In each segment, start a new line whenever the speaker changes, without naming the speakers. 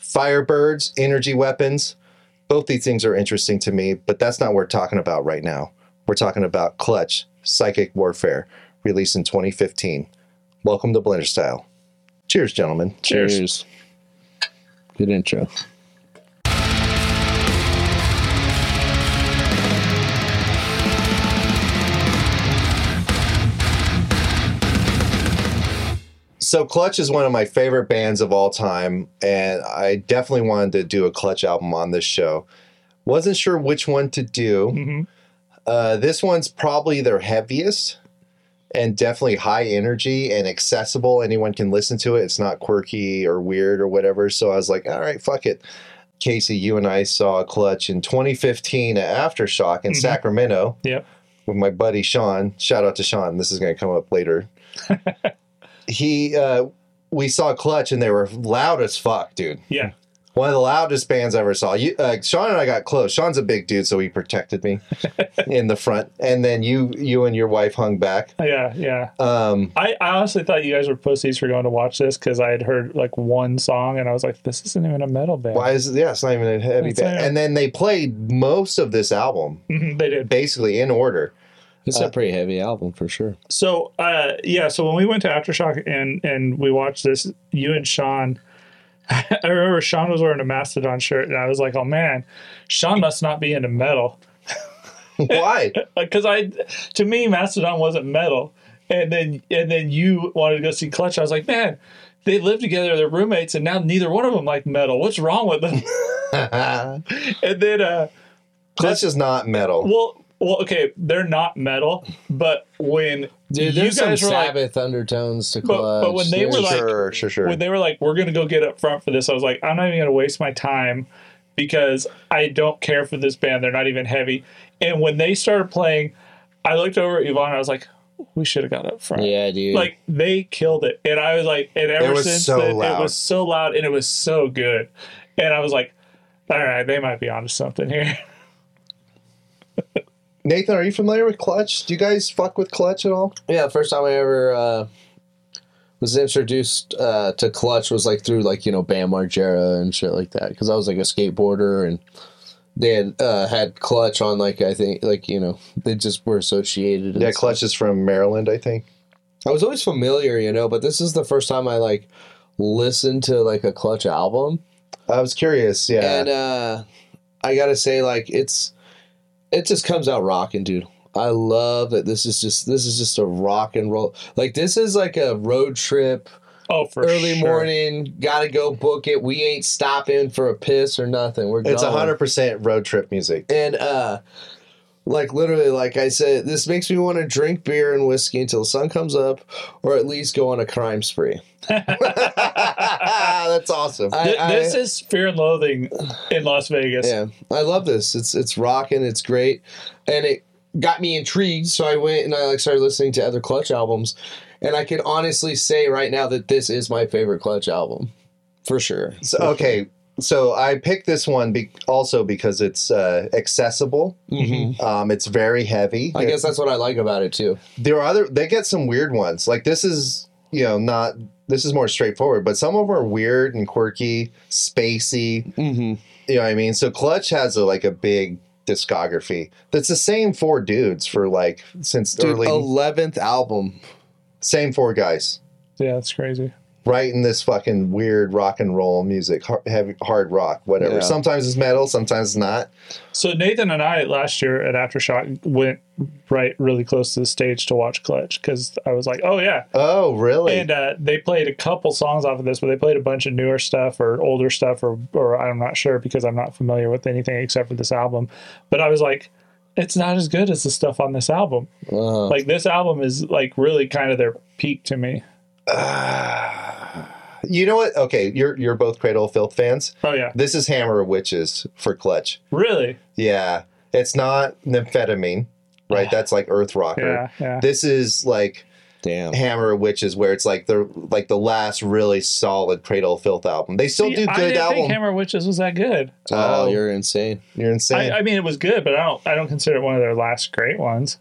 Firebirds, energy weapons. Both these things are interesting to me, but that's not what we're talking about right now. We're talking about Clutch, Psychic Warfare, released in 2015. Welcome to Blender Style. Cheers, gentlemen.
Cheers.
Good intro.
So Clutch is one of my favorite bands of all time, and I definitely wanted to do a Clutch album on this show. Wasn't sure which one to do.
Mm-hmm.
Uh, this one's probably their heaviest and definitely high energy and accessible. Anyone can listen to it. It's not quirky or weird or whatever. So I was like, all right, fuck it. Casey, you and I saw Clutch in 2015 at Aftershock in
Mhm.
Sacramento
Yep.
with my buddy Sean. Shout out to Sean. This is going to come up later. he, uh, we saw Clutch and they were loud as fuck, dude.
Yeah.
One of the loudest bands I ever saw. You, uh, Sean and I got close. Sean's a big dude, so he protected me in the front, and then you, you and your wife hung back.
Yeah. Yeah.
Um,
I, I honestly thought you guys were pussies for going to watch this because I had heard like one song and I was like, this isn't even a metal band.
why is it? Yeah, it's not even a heavy
That's
band.
it.
And then they played most of this album
Mhm, they did.
basically in order.
It's
Uh,
a pretty heavy album for sure.
So uh, yeah, so when we went to aftershock and and we watched this, you and Sean. I remember Sean was wearing a Mastodon shirt, and I was like, "Oh man, Sean must not be into metal."
Why?
Because I, to me, Mastodon wasn't metal, and then and then you wanted to go see Clutch. I was like, "Man, they live together, they're roommates, and now neither one of them like metal. What's wrong with them?" and then uh,
Clutch is not metal.
Well, well, okay, they're not metal, but when
Dude,
you
there's some
guys were like,
Sabbath undertones to Clutch.
But- but when they were
There's-
like-
sure, sure, sure.
when they were like, "We're gonna go get up front for this," I was like, "I'm not even gonna waste my time because I don't care for this band. They're not even heavy." And when they started playing, I looked over at Yvonne. I was like, "We should have got up front."
yeah, dude.
Like they killed it, and I was like, and ever
was
since
so
then,
loud.
it was so loud and it was so good, and I was like, "All right, they might be onto something here."
Nathan, are you familiar with Clutch? Do you guys fuck with Clutch at all?
yeah, the first time I ever uh, was introduced uh, to Clutch was like through like you know Bam Margera and shit like that because I was like a skateboarder and they had uh, had Clutch on like I think like you know they just were associated. and
Yeah,
stuff.
Clutch is from Maryland, I think.
I was always familiar, you know, but this is the first time I like listened to like a Clutch album.
I was curious. Yeah,
and uh i gotta say like it's it just comes out rocking dude i love that this is just this is just a rock and roll like this is like a road trip
Oh, for
early
sure.
morning gotta go book it we ain't stopping for a piss or nothing we're
it's
going.
hundred percent road trip music.
and uh like literally like i said this makes me want to drink beer and whiskey until the sun comes up or at least go on a crime spree
That's awesome.
I-
Th-
I-
this is Fear and Loathing in Las Vegas.
Yeah, I love this. It's it's rocking. It's great, and it got me intrigued. So I went and I like started listening to other Clutch albums, and I can honestly say right now that this is my favorite Clutch album, for sure.
So, okay, so I picked this one be- also because it's uh, accessible.
Mm-hmm.
Um, it's very heavy.
I guess that's what I like about it too.
there are other. They get some weird ones. Like this is you know not this is more straightforward, but some of them are weird and quirky, spacey.
Mm-hmm.
You know what I mean? So Clutch has a, like a big discography that's the same four dudes for like since
Dude,
early
eleventh album.
same four guys
Yeah, that's crazy.
writing this fucking weird rock and roll music hard, heavy, hard rock whatever
Yeah.
sometimes it's metal sometimes it's not
So Nathan and I last year at Aftershock went right really close to the stage to watch Clutch because I was like, oh yeah.
oh really
And uh, they played a couple songs off of this, but they played a bunch of newer stuff or older stuff or or I'm not sure because I'm not familiar with anything except for this album. But I was like, it's not as good as the stuff on this album.
Uh,
Like this album is like really kind of their peak to me.
Ah. you know what okay you're you're both cradle of filth fans
Oh yeah,
this is hammer of witches for clutch
really?
yeah it's not nymphetamine right that's like earth rocker
Yeah, yeah.
this is like
damn.
Hammer of Witches, where it's like the like the last really solid Cradle of Filth album. They still do good
I didn't think
album.
Hammer Witches was that good.
Oh,
Oh.
you're insane.
You're
I,
insane.
I mean, it was good, but I don't. I don't consider it one of their last great ones.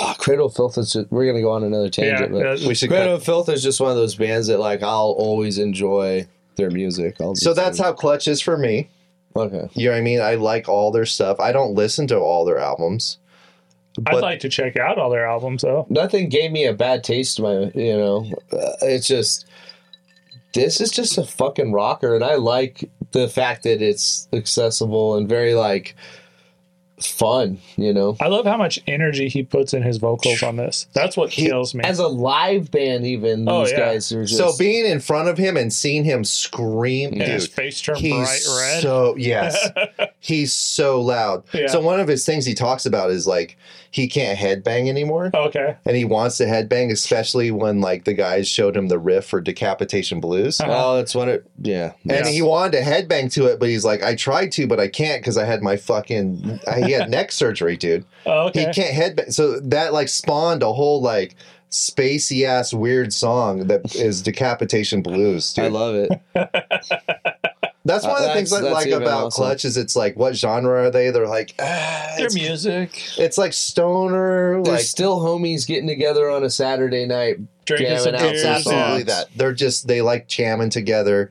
Oh, Cradle of Filth is. Just, we're gonna go on another
Yeah,
tangent, but
yeah.
we should
Cradle
cut.
of Filth is just one of those bands that like I'll always enjoy their music. All these
So that's
things.
how Clutch is for me.
okay.
You know what I mean? I like all their stuff. I don't listen to all their albums.
I'd
But
like to check out all their albums though.
Nothing gave me a bad taste. In my you know, uh, it's just this is just a fucking rocker, and I like the fact that it's accessible and very like fun. You know,
I love how much energy he puts in his vocals on this. That's what
He-
kills me.
as a live band, even
Oh,
these
yeah.
guys are just
so being in front of him and seeing him scream,
And his
dude.
face turned bright
He's
red.
so yes, he's so loud.
Yeah.
So one of his things he talks about is like he can't headbang anymore,
okay.
and he wants to headbang, especially when like the guys showed him the riff for Decapitation Blues.
Uh-huh.
Oh, that's what it. Yeah,
And
Yeah.
he wanted to headbang to it, but he's like, I tried to, but I can't because I had my fucking, I, he had neck surgery, dude.
Oh,
He
okay.
can't headbang. So that like spawned a whole like spacey ass weird song that is Decapitation Blues, dude.
I love it.
that's one of the
Uh, That's-
things I
that's
like
even
about
awesome.
Clutch is it's like, what genre are they? They're like, ah,
Their
it's,
music,
it's like stoner,
There's
like
still homies getting together on a Saturday night.
drinking
jamming
some
out
it's
beers.
some
absolutely
songs.
that. They're just, they like jamming together.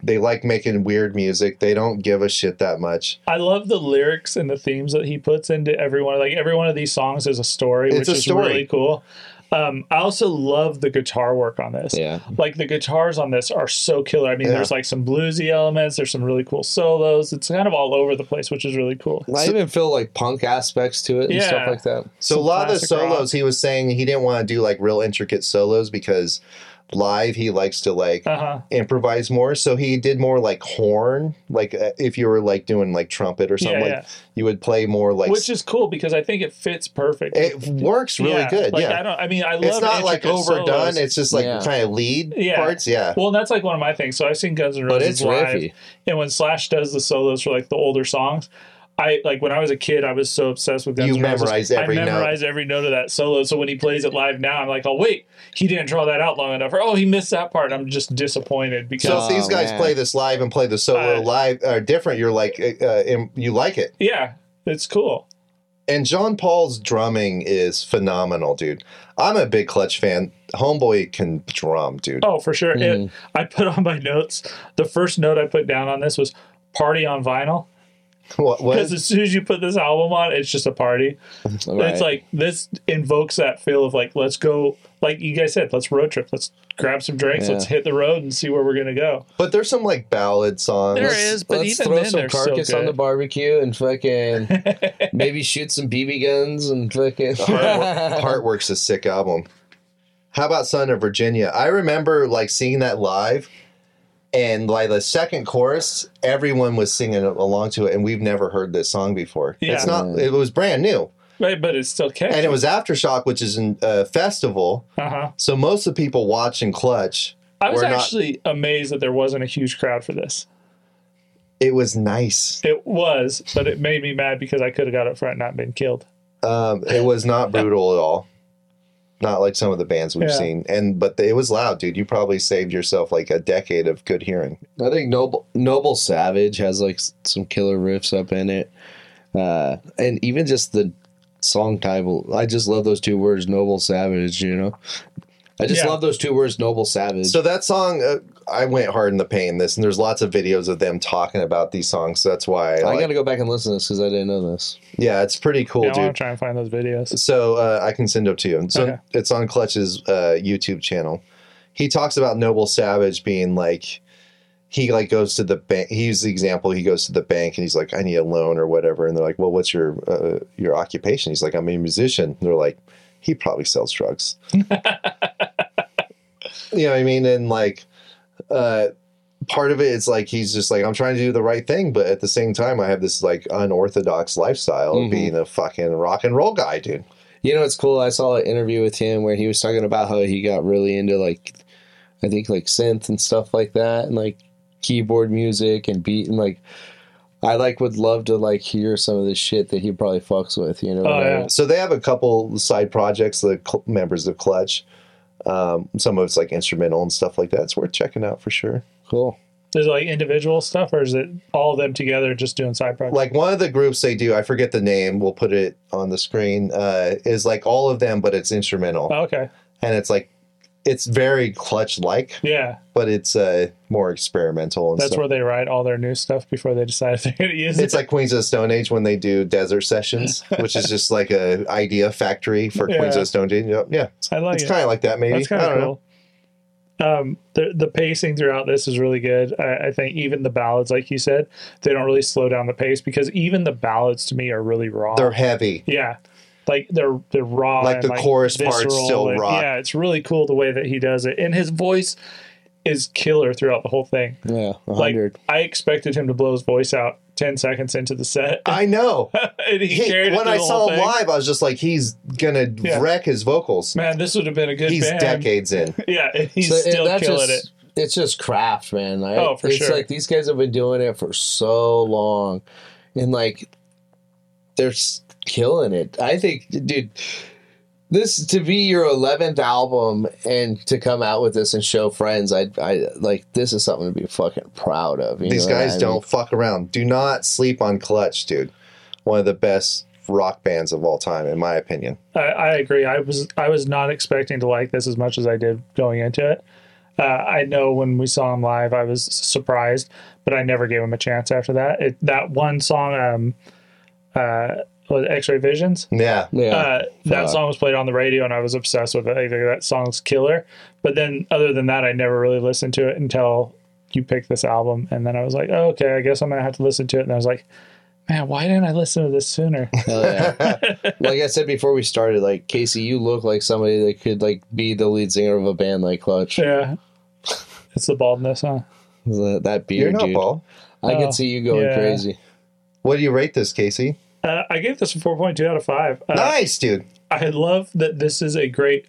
They like making weird music. They don't give a shit that much.
I love the lyrics and the themes that he puts into every one. Like every one of these songs is a story,
It's
which
a
is
story.
really cool. Um, I also love the guitar work on this.
Yeah,
Like the guitars on this are so killer. I mean,
Yeah.
there's like some bluesy elements. There's some really cool solos. It's kind of all over the place, which is really cool.
I
So-
even feel like punk aspects to it and
Yeah.
stuff like that.
So a
Some
lot of the
classic rock.
solos, he was saying he didn't want to do like real intricate solos because live he likes to like
Uh huh.
improvise more. So he did more like horn, like uh, if you were like doing like trumpet or something,
Yeah,
like
yeah.
you would play more like.
which is cool because I think it fits perfect.
it works really
Yeah,
good.
Like, I
yeah,
don't. I mean, I love.
it's not like
intricate
overdone.
solos.
It's just like
Yeah.
trying to lead
Yeah.
parts. Yeah,
well, and that's like one of my things. So I've seen Guns N'
But
Roses
it's
live,
riffy.
and when Slash does the solos for like the older songs, I like when I was a kid, I was so obsessed with Guns
You
N' Roses.
memorize every
I
note.
memorized every note of that solo. So when he plays it live now, I'm like, oh wait, he didn't draw that out long enough, or oh he missed that part. I'm just disappointed
so
because
if these
Oh,
guys
man.
play this live and play the solo
Uh,
live are different, you're like, uh, uh, im- you like it.
yeah, it's cool.
And John Paul's drumming is phenomenal, dude. I'm a big Clutch fan. Homeboy can drum, dude.
Oh, for sure.
Hmm.
Mhm.
It, I put on my notes. The first note I put down on this was party on vinyl Oh,
What, what
because as soon as you put this album on, it's just a party. It's like this invokes that feel of like let's go like you guys said, let's road trip, let's grab some drinks,
Yeah.
let's hit the road and see where we're gonna go.
But there's some like ballad songs.
There is, but even then they're so
on the
good.
barbecue and fucking maybe shoot some BB guns and fucking
Heartwork, Heartwork's a sick album. How about Son of Virginia? I remember like seeing that live, and like the second chorus, everyone was singing along to it, and we've never heard this song before.
Yeah.
It's not. It was brand new,
Right, but it's still catchy.
and it was Aftershock, which is a uh, festival.
uh-huh.
So most of the people watching Clutch,
I was
We're not-
actually amazed that there wasn't a huge crowd for this.
it was nice.
It was, but it made me mad because I could have got up front and not been killed.
Um, it was not brutal at all. Not like some of the bands we've
Yeah.
seen, and but it was loud, dude. You probably saved yourself like a decade of good hearing.
I think Noble Noble Savage has like s- some killer riffs up in it, uh, and even just the song title. I just love those two words, Noble Savage. You know, I just
Yeah.
love those two words, Noble Savage.
So that song, uh, I went hard in the pain. This and there's lots of videos of them talking about these songs. So that's why, I
I
like-
gotta go back and listen to this because I didn't know this.
yeah, it's pretty cool,
yeah, I want
dude.
to try and find those videos.
So uh, I can send it to you. So
Okay.
it's on Clutch's uh, YouTube channel. He talks about Noble Savage being like, he like goes to the bank. He used the example. He goes to the bank and he's like, I need a loan or whatever. And they're like, Well, what's your uh, your occupation? He's like, I'm a musician. they're like, He probably sells drugs. you know what I mean? And like, uh, part of it is like he's just like I'm trying to do the right thing, but at the same time, I have this like unorthodox lifestyle
Mhm.
of being a fucking rock and roll guy, dude.
You know, it's cool. I saw an interview with him where he was talking about how he got really into like, I think like synth and stuff like that, and like keyboard music and beat and like. I like would love to like hear some of the shit that he probably fucks with. You know,
Oh, yeah.
So they have a couple side projects. The cl- members of Clutch, um, some of it's like instrumental and stuff like that. It's worth checking out for sure.
cool.
Is it like individual stuff or is it all of them together just doing side projects?
Like one of the groups they do, I forget the name. We'll put it on the screen. Uh, is like all of them, but it's instrumental,
Oh, okay.
and it's like it's very clutch like,
Yeah,
but it's uh, more experimental. And
that's
stuff.
where they write all their new stuff before they decide if they're going to use
it's
it.
like Queens of the Stone Age when they do desert sessions, which is just like a idea factory for Queens of
Yeah.
the Stone Age. Yep, Yeah,
I like
it's
it.
kind of like that. Maybe
That's kind
I
of
don't know.
cool. Um, the the pacing throughout this is really good. I, I think even the ballads, like you said, they don't really slow down the pace because even the ballads to me are really raw.
They're heavy.
yeah, like they're they're raw.
Like
and,
the chorus part's
visceral
still
and-
raw.
Yeah, it's really cool the way that he does it, and his voice is killer throughout the whole thing.
Yeah, a
Like
hundred.
I expected him to blow his voice out ten seconds into the set,
I know.
and he,
He-
carried it
when
through
I
the
saw
whole
him
thing.
live, I was just like, he's gonna
Yeah.
wreck his vocals.
Man, this would have been a good
He's
band.
decades in.
Yeah, and he's
So, and
still
that's
killing it.
just- It's just craft, man. Like,
Oh, for
it's
sure.
like these guys have been doing it for so long, and like they're s- killing it. I think, dude, this to be your eleventh album and to come out with this and show friends, I, I like this is something to be fucking proud of. you
These
know what
guys
I mean?
don't fuck around. Do not sleep on Clutch, dude. One of the best rock bands of all time, in my opinion.
I, I agree. I was I was not expecting to like this as much as I did going into it. Uh, I know when we saw him live, I was surprised, but I never gave him a chance after that. It, that one song, um, uh, was it X-Ray Visions.
Yeah.
Yeah,
Uh, that
fuck.
song was played on the radio, and I was obsessed with it. Like, that song's killer. But then, other than that, I never really listened to it until you picked this album, and then I was like, oh, okay, I guess I'm gonna have to listen to it. And I was like, man, why didn't I listen to this sooner?
Hell yeah. like I said before we started, like Casey, you look like somebody that could like be the lead singer of a band like Clutch.
yeah, it's the baldness, huh?
That that
You're
beard,
not
dude.
bald.
I
Oh,
could see you going
yeah.
crazy.
What do you rate this, Casey?
Uh, I gave this a 4.2 out of 5. Uh,
nice, dude.
I love that this is a great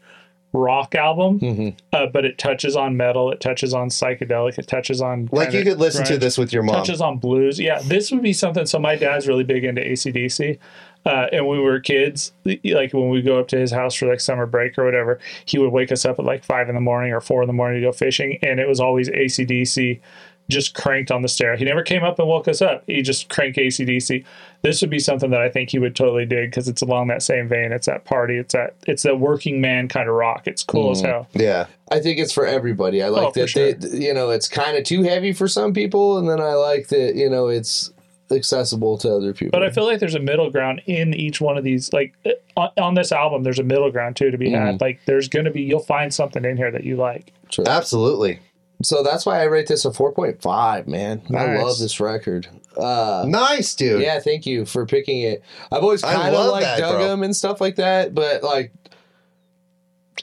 rock
Hmm.
album,
Mhm.
uh, but it touches on metal, it touches on psychedelic, it touches on.
Like you
kinda
could listen to
grunge,
this with your mom.
Touches on blues. Yeah, this would be something. So, my dad's really big into ACDC. Uh, and when we were kids, like when we go up to his house for like summer break or whatever, he would wake us up at like five in the morning or four in the morning to go fishing. And it was always ACDC just cranked on the stair. He never came up and woke us up. He just cranked ACDC. This would be something that I think he would totally dig because it's along that same vein. It's that party. It's that it's that working man kind of rock. It's cool as
Mm-hmm.
hell.
yeah.
I think it's for everybody. I like
Oh, for
that they, you know, it's kind of too heavy for some people, and then I like that you know it's accessible to other people.
But I feel like there's a middle ground in each one of these. Like eh, on, on this album, there's a middle ground too to be had. Like there's gonna be you'll find something in here that you like.
True.
Absolutely.
so that's why I rate this a four point five. Man, I
Nice.
love this record. Uh,
Nice, dude.
Yeah, thank you for picking it. I've always
I
kind
love
of like
that,
dug
bro.
him and stuff like that, but like,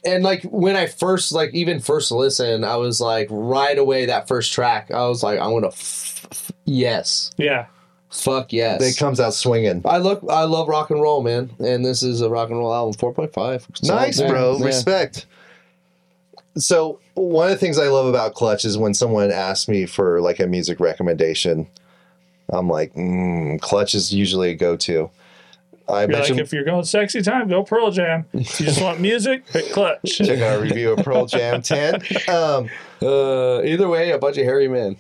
and like when I first like even first listen, I was like right away that first track, I was like, I want to, f- f- yes,
Yeah,
fuck yes.
They comes out swinging.
I look, I love rock and roll, man, and this is a rock and roll album, four point five.
Nice, bro. Respect. So one of the things I love about Clutch is when someone asks me for like a music recommendation, I'm like, mm, Clutch is usually a go-to. I
you're like
mentioned
if you're going sexy time, go Pearl Jam. If you just want music, pick Clutch.
check out our review of Pearl Jam 10. Um,
Uh, either way, a bunch of hairy men.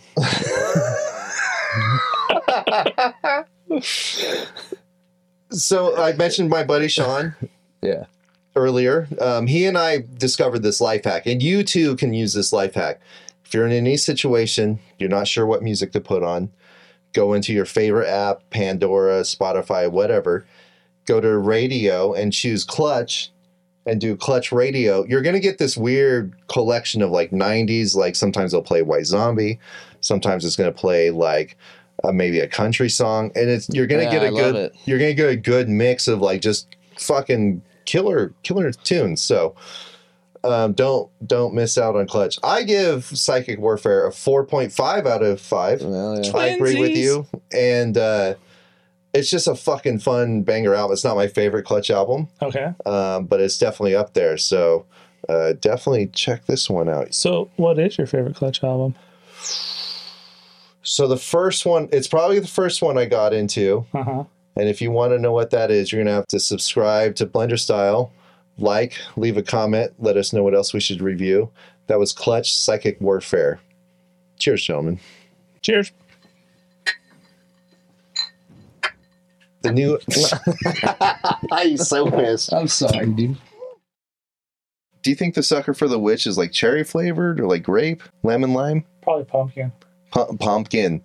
so I mentioned my buddy Sean
Yeah,
earlier. Um, he and I discovered this life hack, and you too can use this life hack. If you're in any situation, you're not sure what music to put on, go into your favorite app, Pandora, Spotify, whatever, go to radio and choose clutch and do clutch radio. You're going to get this weird collection of like 90s, like sometimes they'll play White Zombie, sometimes it's going to play like uh, maybe a country song and it's you're going to get
Yeah,
a
I love
good
it.
you're going to get a good mix of like just fucking killer killer tunes. So um, don't don't miss out on Clutch. I give Psychic Warfare a 4.5 out of 5.
well, yeah.
I agree with
Twinsies.
you. And uh, it's just a fucking fun banger album. It's not my favorite Clutch album,
Okay,
um, but it's definitely up there. So uh, definitely check this one out.
so what is your favorite Clutch album?
So the first one, it's probably the first one I got into.
Uh huh.
And if you want to know what that is, you're going to have to subscribe to Blender Style, like, leave a comment, let us know what else we should review. That was Clutch Psychic Warfare. Cheers, gentlemen.
Cheers.
The new.
I'm sorry, dude.
Do you think the sucker for the witch is like cherry flavored or like grape, lemon, lime,
Probably pumpkin.
Pu- pumpkin?